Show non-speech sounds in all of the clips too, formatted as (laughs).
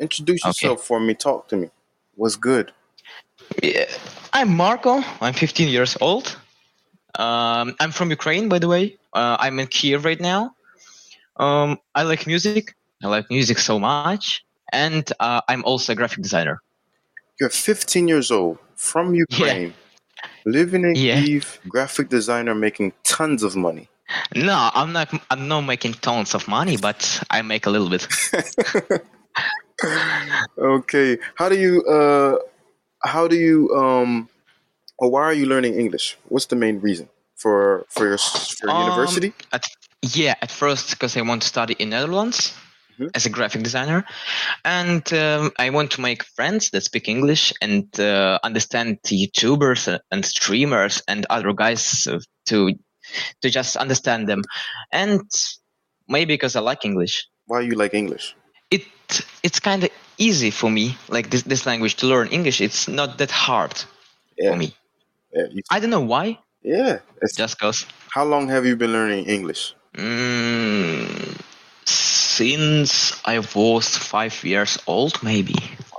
Introduce Okay. yourself for me. Talk to me. What's good? Yeah. I'm Marco. I'm 15 years old. Um, I'm from Ukraine, by the way. Uh, I'm in Kiev right now. Um, I like music. I like music so much. And uh, I'm also a graphic designer. You're 15 years old, from Ukraine, living in Yeah. Kiev, graphic designer making tons of money. No, I'm not. I'm not making tons of money, but I make a little bit. Okay. How do you uh how do you um or why are you learning English? What's the main reason for for your for your Um, university? At, yeah, at first because I want to study in Netherlands Mhm. as a graphic designer, and um, I want to make friends that speak English and uh, understand YouTubers and streamers and other guys uh, to to just understand them, and maybe because I like English, Why you like English? it it's kind of easy for me like this this language to learn English. It's not that hard Yeah. for me. Yeah. you- I don't know why, yeah. It's- just cause. how long have you been learning English? Mm, since I was five years old, maybe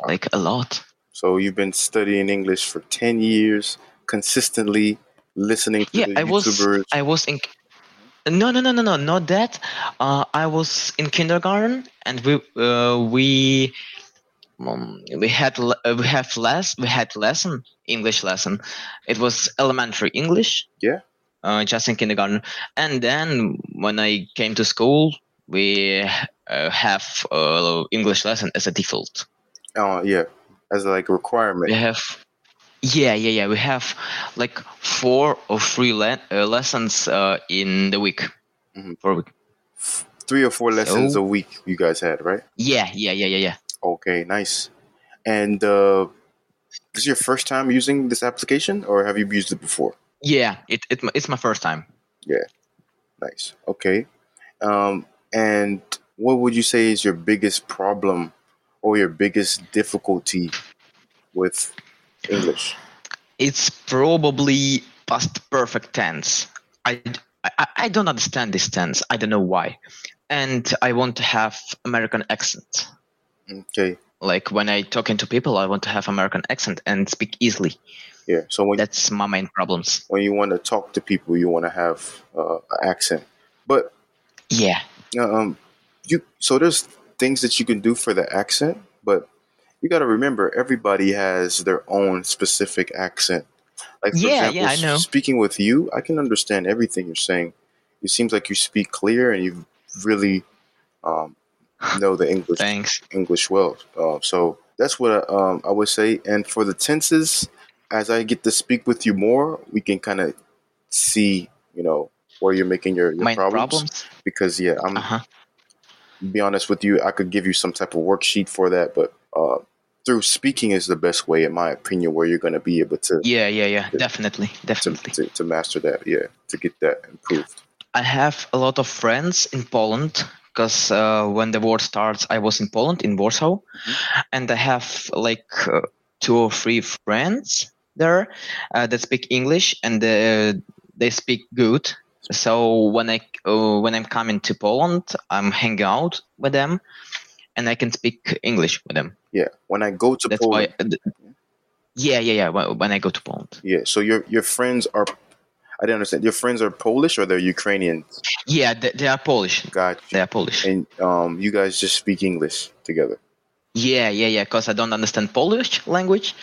like a lot. So you've been studying English for 10 years consistently listening to Yeah, the I was. YouTubers. I was in. No, no, no, no, no, not that. Uh, I was in kindergarten, and we uh, we um, we had le- uh, we have less we had lesson English lesson. It was elementary English. Yeah. Uh, just in kindergarten, and then when I came to school, we uh, have uh, English lesson as a default. Uh, yeah, as like a requirement. we have yeah yeah yeah we have like four or three le- uh, lessons uh, in the week Mhm. Mm-hmm. for a week Three or four lessons So- a week you guys had, right? yeah yeah yeah yeah yeah Okay, nice. And uh, this is your first time using this application, or have you used it before? yeah it, it it's my first time Nice. Okay. Um, and what would you say is your biggest problem or your biggest difficulty with English? it's probably past perfect tense i i, I don't understand this tense i don't know why and i want to have american accent Okay. like when i talking to people i want to have american accent and speak easily Yeah. So when that's my main problems when you want to talk to people, you want to have uh, an accent. But yeah um, you so there's things that you can do for the accent, but you got to remember everybody has their own specific accent. Like for Yeah, example, yeah, I s- know. speaking with you, I can understand everything you're saying. It seems like you speak clear and you really um, (sighs) know the English thanks English well. Uh, so that's what I, um, I would say. And for the tenses, as I get to speak with you more, we can kind of see, you know, where you're making your, your main problems. problems Mm-hmm. Because yeah, I'm uh-huh be honest with you, I could give you some type of worksheet for that, but uh, through speaking is the best way, in my opinion, where you're going to be able to, Yeah, yeah, yeah. Yeah. Definitely, to definitely. to to master that. Yeah, to get that improved. I have a lot of friends in Poland because uh, when the war starts, I was in Poland in Warsaw, and I have like uh, two or three friends there uh, that speak English and uh, they speak good. So when I uh, when I'm coming to Poland, I'm hanging out with them, and I can speak English with them. Yeah, when I go to That's Poland, why. uh, yeah, yeah, yeah. When, when I go to Poland. yeah. So your your friends are, I didn't understand. Your friends are Polish or they're Ukrainian? Yeah, they, they are Polish. Got you. They are Polish. And um, you guys just speak English together. Yeah, yeah, yeah. Because I don't understand Polish language,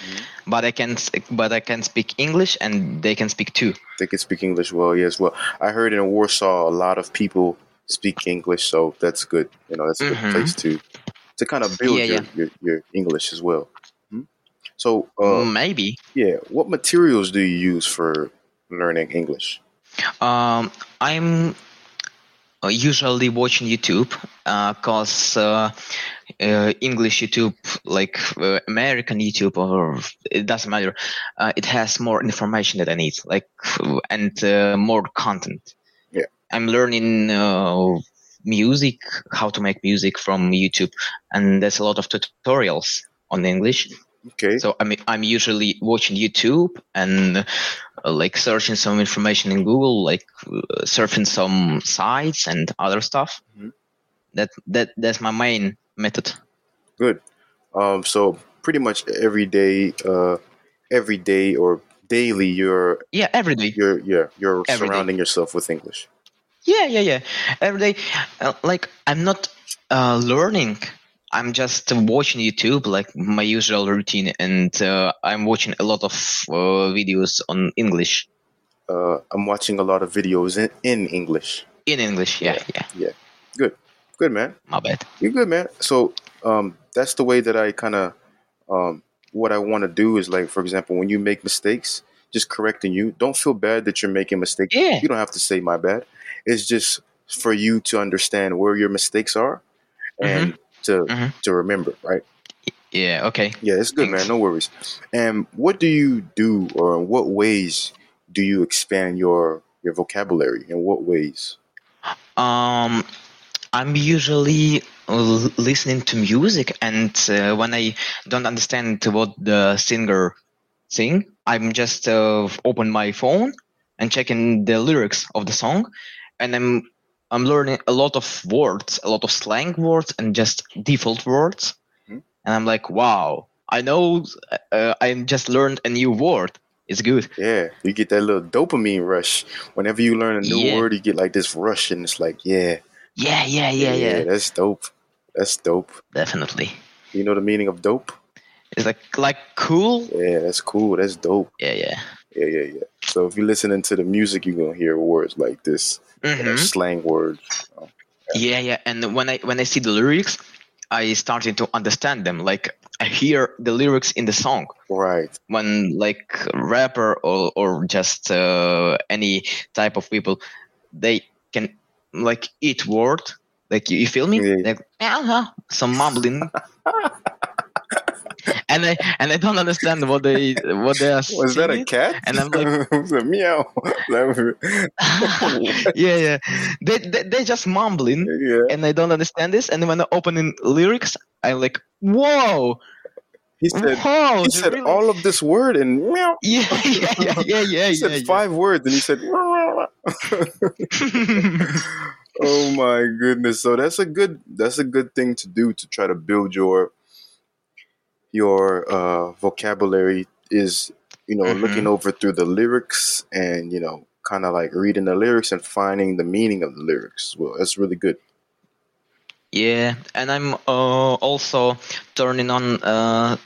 but I can, s- but I can speak English, and they can speak too. They can speak English well, yeah, as well. I heard in Warsaw a lot of people speak English, so that's good. You know, that's a good Mhm. place to to kind of build Yeah, your, yeah. your your English as well. Hmm? So, uh, Maybe. yeah, what materials do you use for learning English? Um, I'm uh, usually watching YouTube, because uh, uh, English YouTube, like uh, American YouTube, or it doesn't matter. Uh, it has more information that I need, like and uh, more content. Yeah. I'm learning uh, music, how to make music from YouTube, and there's a lot of tutorials on English. Okay, So I'm I'm usually watching YouTube and uh, like searching some information in Google, like uh, surfing some sites and other stuff. Mhm. That that that's my main method. good. Um, so pretty much every day, uh, every day or daily, you're Yeah, every day. you're yeah you're Every day. surrounding yourself with English. Yeah, yeah, yeah. Every day, uh, like I'm not uh, learning. I'm just watching YouTube, like my usual routine, and uh, I'm watching a lot of uh, videos on English. Uh, I'm watching a lot of videos in, in English. In English, yeah, yeah. Good, good man. My bad. You're good, man. So um, that's the way that I kind of um, what I want to do is like, for example, when you make mistakes, just correcting you. Don't feel bad that you're making mistakes. Yeah, You don't have to say my bad. It's just for you to understand where your mistakes are Mm-hmm. and to Mhm. to remember, right? yeah. Okay. Yeah, it's good, man. Thanks. No worries. And what do you do, or in what ways do you expand your your vocabulary? In what ways? Um, I'm usually l- listening to music, and uh, when I don't understand what the singer sing, I'm just uh, open my phone and checking the lyrics of the song, and I'm I'm learning a lot of words, a lot of slang words, and just default words, Mhm. and I'm like, wow, I know, uh, I just learned a new word. It's good. Yeah, you get that little dopamine rush whenever you learn a new Yeah, word. You get like this rush, and it's like, yeah, yeah, yeah, yeah, yeah, yeah, that's dope. That's dope. definitely. You know the meaning of dope? It's like like cool. Yeah, that's cool. That's dope. Yeah, yeah. Yeah, yeah, yeah. So if you're listening to the music, you're gonna hear words like this, you know, hmm slang words. Yeah, yeah. And when I when I see the lyrics, I started to understand them. Like I hear the lyrics in the song Right. when like rapper or or just uh, any type of people, they can like eat word. Like you, you feel me? Yeah. Like uh some (laughs) mumbling, and I and I don't understand what they what they are Was that a singing, cat? and I'm like. (laughs) it was a meow. (laughs) yeah, yeah. They, they they're just mumbling, yeah. and I don't understand this. And when I open in lyrics, I'm like, whoa, He said whoa, he they said Oh, really, all of this word and meow. (laughs) (laughs) yeah, yeah, yeah, yeah, yeah, He yeah. said yeah. five words and he said (laughs) "Meow, meow, meow." Oh my goodness. So that's a good that's a good thing to do to try to build your your uh, vocabulary is you know looking Mhm. over through the lyrics and you know kind of like reading the lyrics and finding the meaning of the lyrics well that's really good (laughs) Yeah, and I'm uh, also turning on uh,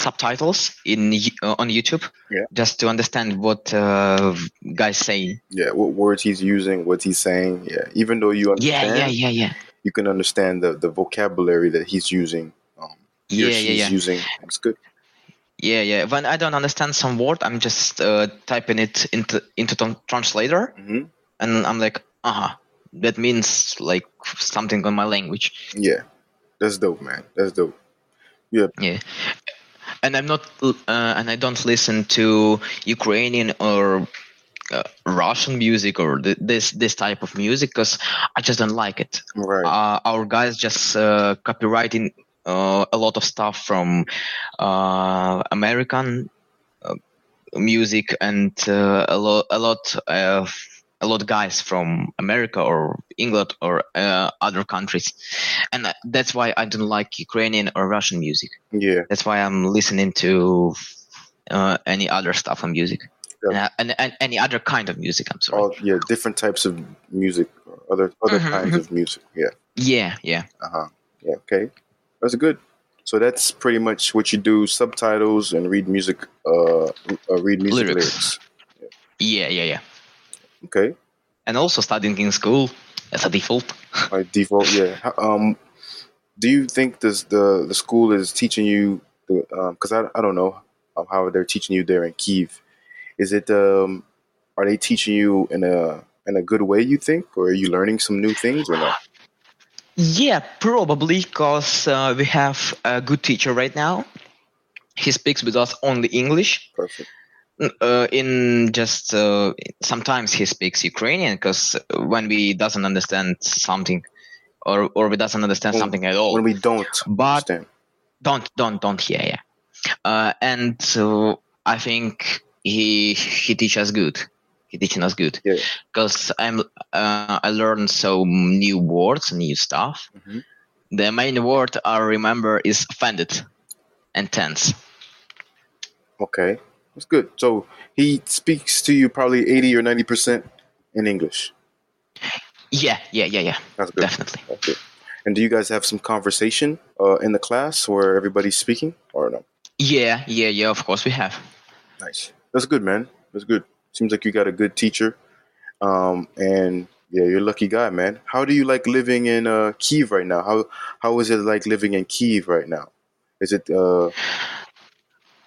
subtitles in Y- uh, on YouTube yeah just to understand what uh, guys say. yeah what words he's using what he's saying yeah even though you Yeah, yeah, understand yeah, yeah, you can understand the, the vocabulary that he's using um, he or yeah, yeah, she's yeah. using it's good Yeah, yeah. When I don't understand some word, I'm just uh, typing it into into tran- translator, hmm and I'm like, uh huh, that means like something on my language. yeah that's dope man that's dope yeah Yeah, and I'm not, l- uh, and I don't listen to Ukrainian or uh, Russian music or th- this this type of music because I just don't like it. right Uh, our guys just uh, copywriting uh, a lot of stuff from uh, American uh, music and uh, a lot a lot uh, f- a lot guys from america or england or uh, other countries and uh, that's why i don't like ukrainian or russian music yeah that's why i'm listening to uh, any other stuff on music Yeah. Oh. and, and, and any other kind of music i'm sorry all yeah different types of music other other Mhm, kinds mhm. of music yeah yeah yeah Uh-huh. Yeah, okay. That's good. So that's pretty much what you do, subtitles and read music uh, uh read music lyrics lyrics. yeah yeah yeah Okay. and also studying in school as a default By default, yeah. How- Um do you think this the the school is teaching you the um 'cause cuz I I don't know um, how they're teaching you there in Kiev. Is it um are they teaching you in a in a good way you think or are you learning some new things or no? yeah probably because uh, we have a good teacher right now he speaks with us only English. Perfect. N- Uh, in just uh, sometimes he speaks Ukrainian because when we doesn't understand something or or we doesn't understand When, something at all. Oh. when we don't But understand. don't don't don't yeah yeah. Uh, and so I think he he teaches us good. He teaching us good Yeah. because I'm uh, I learned some new words, new stuff. hmm The main word I remember is offended. and tense. Okay, that's good. So he speaks to you probably eighty or ninety percent in English. Yeah, yeah, yeah, yeah. That's good. Definitely. That's good. And do you guys have some conversation uh, in the class where everybody's speaking, or no? Yeah, yeah, yeah. Of course we have. Nice. That's good, man. That's good. Seems like you got a good teacher. Um, and yeah, you're a lucky guy, man. How do you like living in uh, Kiev right now? How how is it like living in Kiev right now? Is it uh,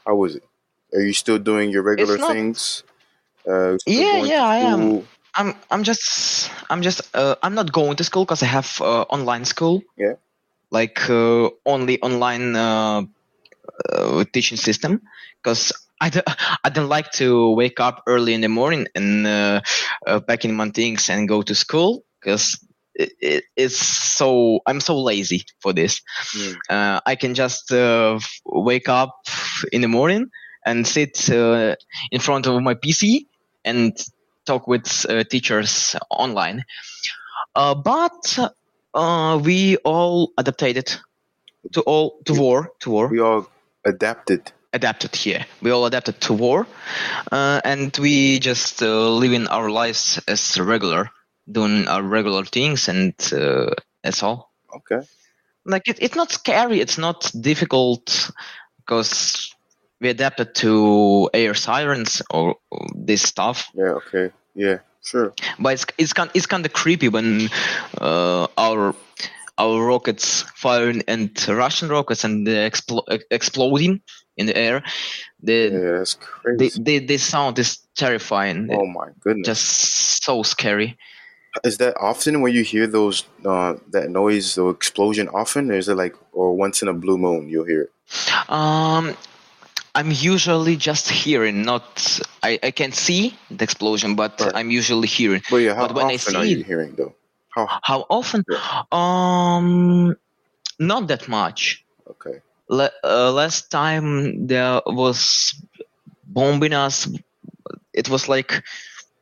how is it? Are you still doing your regular not- things? Uh, still Yeah, going to yeah, I am. school? I'm I'm just I'm just uh, I'm not going to school because I have uh, online school. Yeah. Like uh, only online uh, uh, teaching system because I don't (laughs) I don't like to wake up early in the morning and uh, uh, pack in my things and go to school because. It, it, it's so I'm so lazy for this. Mm. Uh, I can just uh, f- wake up in the morning and sit uh, in front of my PC and talk with uh, teachers online. Uh, but uh, we all adapted to all to war to war We all adapted. adapted here. We all adapted to war, uh, and we just uh, living our lives as regular, doing our regular things, and uh, that's all. Okay. Like it, it's not scary. It's not difficult because we adapted to air sirens or or this stuff Yeah. Okay. Yeah. Sure. but it's it's kind it's kind of creepy when uh, our our rockets firing and Russian rockets and the explo- ex- exploding in the air. The Yeah. That's the, crazy. the the sound is terrifying. oh my goodness. Just so scary. Is that often when you hear those uh, that noise or explosion often? Or is it like or once in a blue moon you'll hear it? Um, I'm usually just hearing, not I, I can see the explosion, but Right. I'm usually hearing. But yeah, how But when I often are see you it- hearing though? How How often? Um, not that much. okay. Le- uh, last time there was bombing us it was like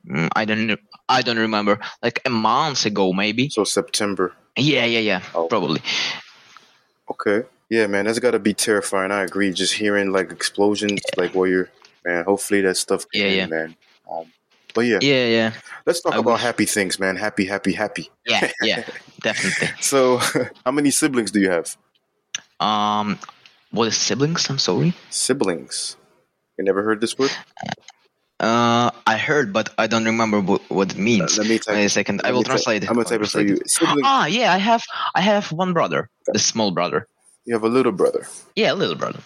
mm, i don't i don't remember like a month ago maybe So September. yeah yeah yeah Oh. probably Okay. Yeah, man, that's gotta be terrifying. I agree. Just hearing like explosions, like where you're man, hopefully that stuff Yeah, in, yeah. man. Um but yeah, yeah yeah let's talk I about wish- happy things, man. Happy, happy, happy. yeah (laughs) yeah definitely So (laughs) how many siblings do you have? um what is siblings i'm sorry Siblings. You never heard this word? uh i heard but i don't remember what, what it means Let me type wait a second i let will me type- translate it I'm gonna I'll type it for translate you. Siblings ah yeah i have i have one brother the small brother you have a little brother. yeah little brother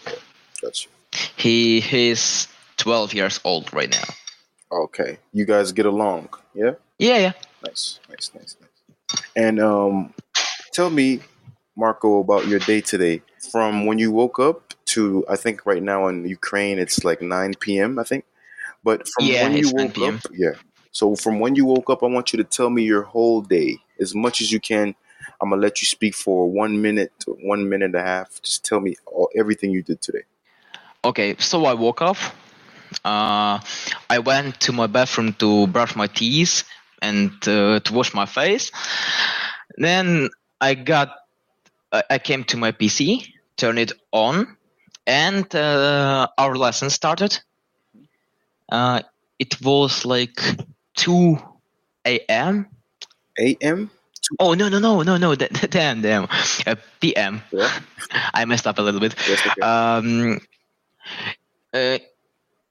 Gotcha. he he's 12 years old right now Okay. You guys get along. Yeah? yeah yeah Nice, nice, nice, nice. And um tell me, Marco, about your day today. From when you woke up to I think right now in Ukraine it's like nine PM, I think. But from Yeah, when you it's 9 woke PM. up yeah. So from when you woke up, I want you to tell me your whole day. As much as you can. I'm gonna let you speak for one minute, one minute and a half. Just tell me all, everything you did today. Okay, so I woke up. Uh, I went to my bathroom to brush my teeth and uh, to wash my face. Then I got, I I came to my PC, turned it on, and uh, our lesson started. Uh, it was like 2 a.m. A.M. Oh no no no no no! (laughs) da- da- Damn damn, uh, p.m. Yeah. I messed up a little bit. Yes, okay. um uh,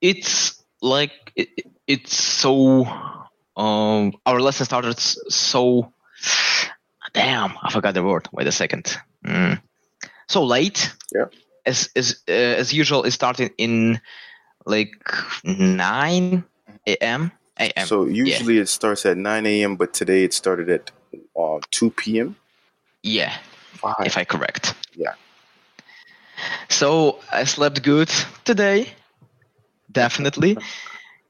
it's like it, it's so um our lesson started s- so damn i forgot the word wait a second Mm. so late Yeah. as as uh, as usual it started in like 9 a.m a.m So usually it starts at 9 a.m., but today it started at uh, 2 p.m. yeah Wow. if i correct Yeah. so i slept good today (laughs) definitely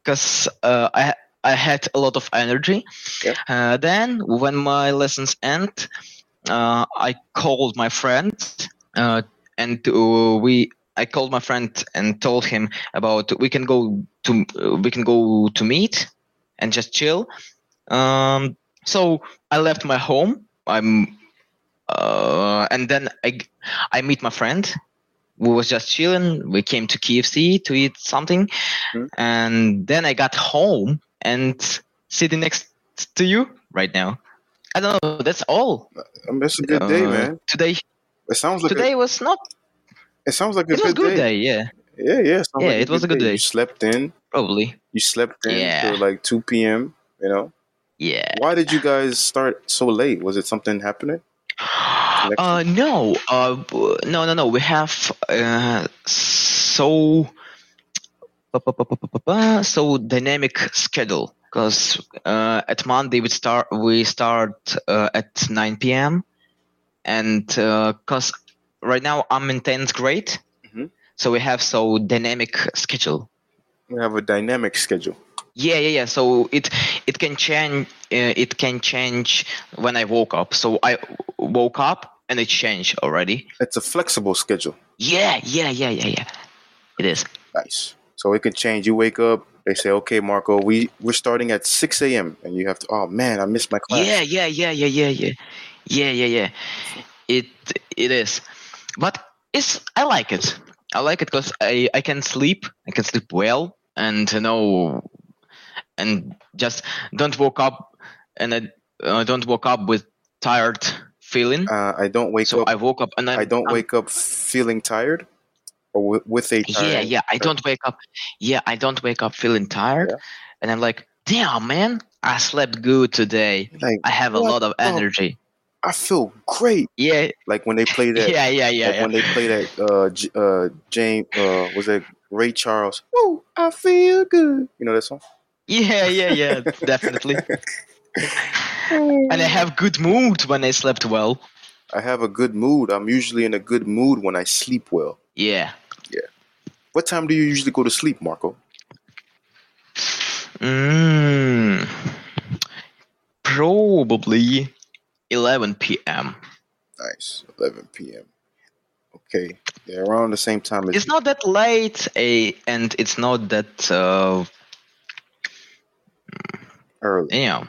because uh, I I had a lot of energy. Yeah. Uh, then when my lessons end, uh, I called my friend uh, and uh, we I called my friend and told him about we can go to uh, we can go to meet and just chill. Um, so I left my home. I'm uh, and then I I meet my friend we was just chilling. We came to KFC to eat something, Mhm. and then I got home and sitting next to you right now. I don't know. That's all. I mean, it's a good day, Uh, man. Today, It sounds like today was not. a, it sounds like a It was good, day. Yeah, Yeah, yeah. it sounds Yeah, like it was a good day. You slept in. probably. You slept in Yeah. till like two p.m. You know. Yeah. Why did you guys start so late? Was it something happening? Uh, no, uh, w- no, no, no. We have uh, so pa- pa- pa- pa- pa- pa- pa, so dynamic schedule because uh, at Monday we start we start uh, at 9 p.m. and because right now I'm in 10th grade, Mhm. so we have so dynamic schedule. We have a dynamic schedule. Yeah, yeah, yeah. So it it can change. Uh, it can change when I woke up. So I woke up and it changed already. It's a flexible schedule. Yeah, yeah, yeah, yeah, yeah. It is. Nice. So it could change. You wake up. They say, "Okay, Marco, we we're starting at six a.m." and you have to. Oh man, I missed my class. Yeah, yeah, yeah, yeah, yeah, yeah, yeah, yeah, yeah. It it is, but it's I like it. I like it because I I can sleep. I can sleep well, and you know, and just don't woke up, and I uh, don't woke up with tired feeling. Uh, I don't wake so up. I woke up and I'm, I don't I'm- wake up feeling tired, or w- with a tired. Um, Yeah, yeah. I don't wake up. Yeah, I don't wake up feeling tired, Yeah. and I'm like, damn, man, I slept good today. Like I have a What lot of the- energy. I feel great. Yeah, (laughs) Like (laughs) when they play that. yeah, yeah, yeah. like yeah. when they play that uh, J- uh James uh was that Ray Charles? Oh, I feel good. You know that song? Yeah, yeah, (laughs) yeah, definitely. And I have good mood when I slept well. I have a good mood. I'm usually in a good mood when I sleep well. Yeah. What time do you usually go to sleep, Marco? Mm, probably 11 p.m. Nice, 11 p.m. Okay, yeah, around the same time as It's not that late, eh, and it's not that, uh, early. you (laughs) know,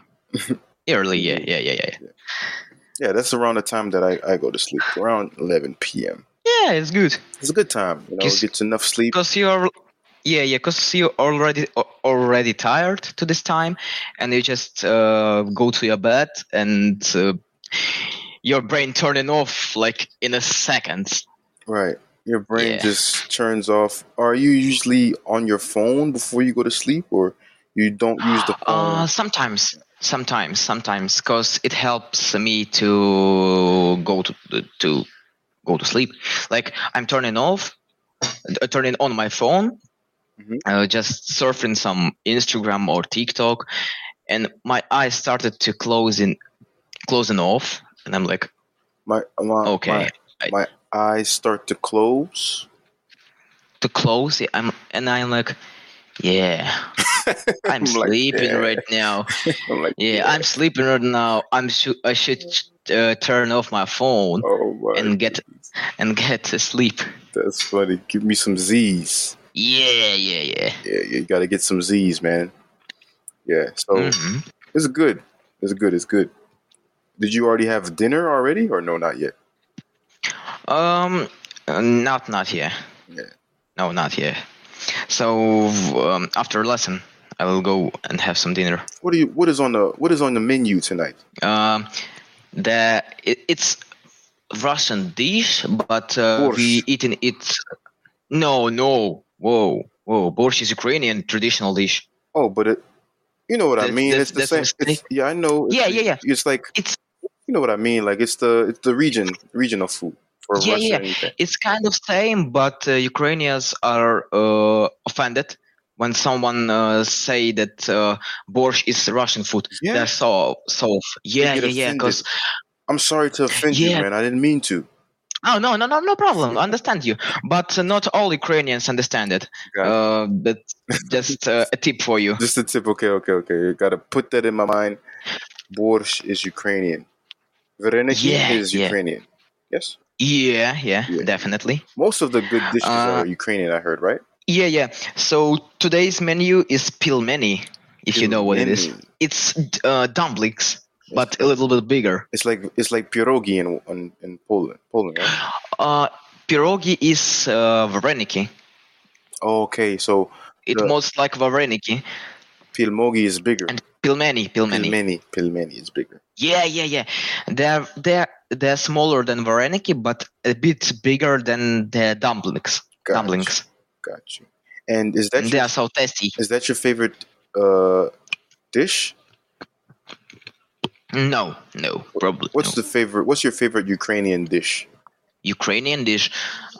early. Yeah, yeah, yeah, yeah. Yeah, that's around the time that I, I go to sleep. Around 11 p.m. Yeah, it's good. It's a good time. You know, Kiss- gets enough sleep. because you're yeah yeah because you're already al- already tired to this time and you just uh, go to your bed and uh, your brain turning off like in a second Right. Your brain Yeah. just turns off. Are you usually on your phone before you go to sleep, or you don't use the phone? uh, sometimes sometimes sometimes because it helps me to go to to go to sleep like i'm turning off uh, turning on my phone Mhm. uh, just surfing some instagram or tiktok and my eyes started to close in closing off and i'm like my my okay I- my, my eyes start to close. to close it i'm and i'm like (laughs) yeah i'm I'm like, sleeping yeah. right now I'm like, yeah, i'm sleeping right now i'm shou- i should uh, turn off my phone oh my, and get and get to sleep that's funny. Give me some Z's. yeah yeah yeah Yeah, you gotta get some Z's, man. Yeah, so hmm it's good. It's good. It's good. Did you already have dinner already, or no, not yet? um uh, not not here Yeah. no not here so um, after lesson i will go and have some dinner What do you? What is on the? What is on the menu tonight? Um, the it, it's Russian dish, but uh, Борщ. we eating it. No, no, whoa, whoa! Borsh is Ukrainian traditional dish. Oh, but it, you know what I That's- mean. that's- It's the that's a same. It's, yeah, I know. It's Yeah, the- yeah, yeah. It's like It's- you know what I mean. Like it's the it's the region regional food for Yeah, yeah. Russia. and Ukraine. It's kind of same, but uh, Ukrainians are uh, offended when someone uh, say that uh, borsh is Russian food. Yeah. They're so so. off. You Yeah, get yeah, yeah. Because offended. I'm sorry to offend you, Yeah. man. I didn't mean to. Oh no, no, no, no (laughs) problem. I understand you, but uh, not all Ukrainians understand it. Got it. Uh, that's just uh, a tip for you. Just a tip. Okay, okay, okay. You gotta put that in my mind. Borsh is Ukrainian. Vareniki Yeah, is yeah. Ukrainian. Yes. Yeah, yeah, Yeah. definitely. Most of the good dishes Uh, are Ukrainian. I heard, right? Yeah, yeah. So today's menu is pilmeni, if you know what it is. Pilmeni. It's uh, dumplings, Yes. but a little bit bigger. (gasps) It's like it's like pierogi in in, in Poland. Poland, right? Uh, Pierogi is uh, vareniki. okay, so It Yeah. most like vareniki pilmogi is bigger. and pilmeni, pilmeni. Pilmeni, pilmeni is bigger. Yeah, yeah, yeah. They're they're they're smaller than vareniki, but a bit bigger than the dumplings. Got dumplings. You, got you. And is that and your, they are so tasty. is that your favorite uh, dish? No, no, probably. What's no. the favorite? What's your favorite Ukrainian dish? Ukrainian dish?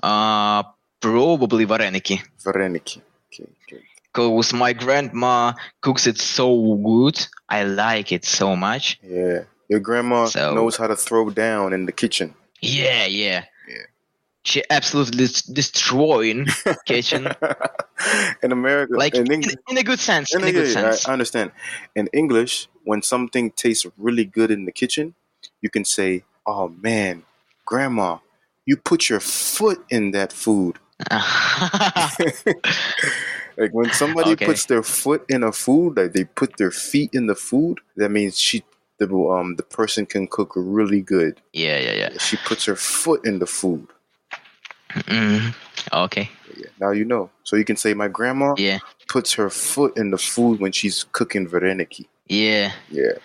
Uh, probably vareniki. Vareniki. Okay, okay. Because my grandma cooks it so good. I like it so much. Yeah, your grandma So- knows how to throw down in the kitchen. (laughs) Yeah, yeah. Yeah. She absolutely s- destroying (laughs) kitchen. in America, Like in in, England, in a good sense. In a Yeah, good yeah, yeah, sense. I, I understand. In English, when something tastes really good in the kitchen, you can say, "Oh man, Grandma, you put your foot in that food." (laughs) Like when somebody Okay. puts their foot in a food, like they put their feet in the food, that means she, the um, the person can cook really good. (laughs) yeah, yeah, yeah. She puts her foot in the food. Mm, okay. Yeah, now you know. So you can say, "My grandma Yeah, puts her foot in the food when she's cooking vareniki." yeah. Yeah,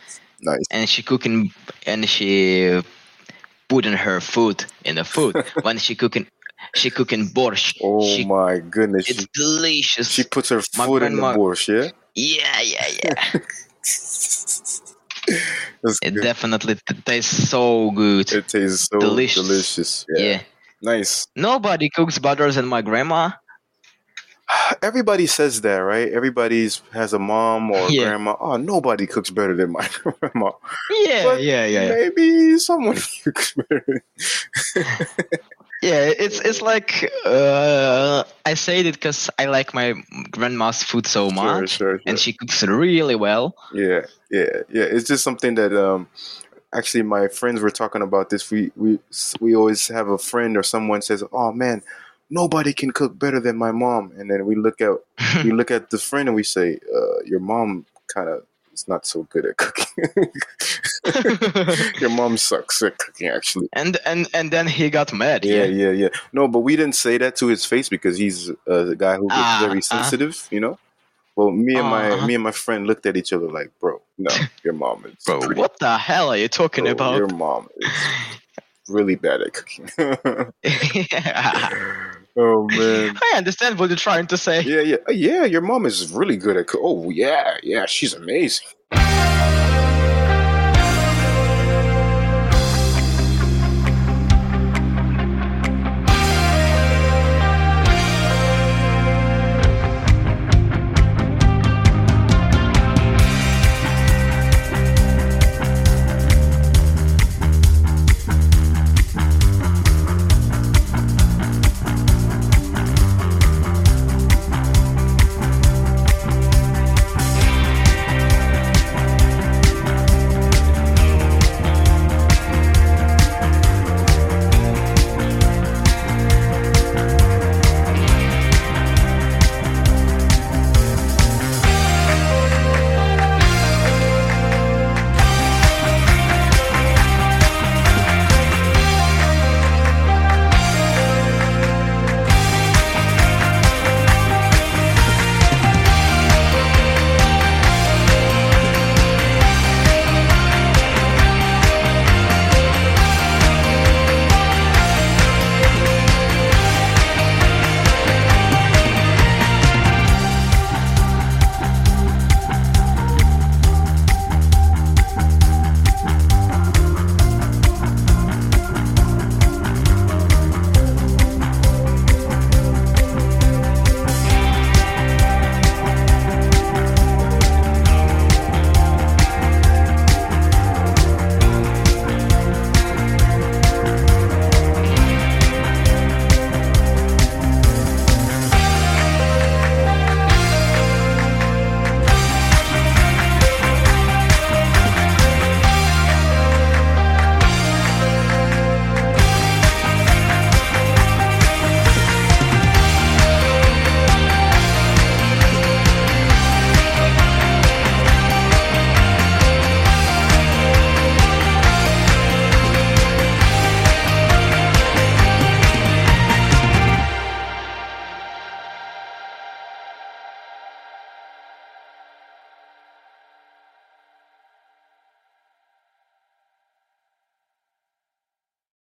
nice. and she cooking and she putting her food in the (laughs) food when she cooking she cooking borscht Oh she, my goodness. it's She, delicious she puts her my foot in the grandma- borscht, yeah? yeah yeah (laughs) yeah That's it good. definitely t- tastes so good It tastes so delicious. delicious. Yeah. yeah. Nice. nobody cooks better than my grandma (sighs) Everybody says that, right? Everybody's has a mom or a Yeah. grandma. Oh, nobody cooks better than my (laughs) grandma. yeah But yeah yeah yeah Maybe someone (laughs) cooks better. than- yeah it's it's like uh i said it because i like my grandma's food so Sure, much sure, sure. Oh, and she cooks (laughs) really well (laughs) Yeah, yeah, yeah. It's just something that um, actually my friends were talking about this. We we we always have a friend or someone says, "Oh man, nobody can cook better than my mom," and then we look at (laughs) we look at the friend and we say, uh, "Your mom kind of is not so good at cooking. (laughs) Your mom sucks at cooking, actually." and and and then he got mad Yeah, yeah, yeah. No, but we didn't say that to his face because he's uh, a guy who is Ah, very ah. sensitive, you know. Well, me and my Uh-huh. me and my friend looked at each other like, "Bro, (laughs) no, your mom is Bro, pretty what the hell are you talking Bro, about? Your (laughs) (laughs) mom is really bad at cooking. (laughs) oh (laughs) man. I understand what you're trying to say. Yeah, yeah, yeah. Your mom is really good at cooking. Oh yeah, yeah. She's amazing.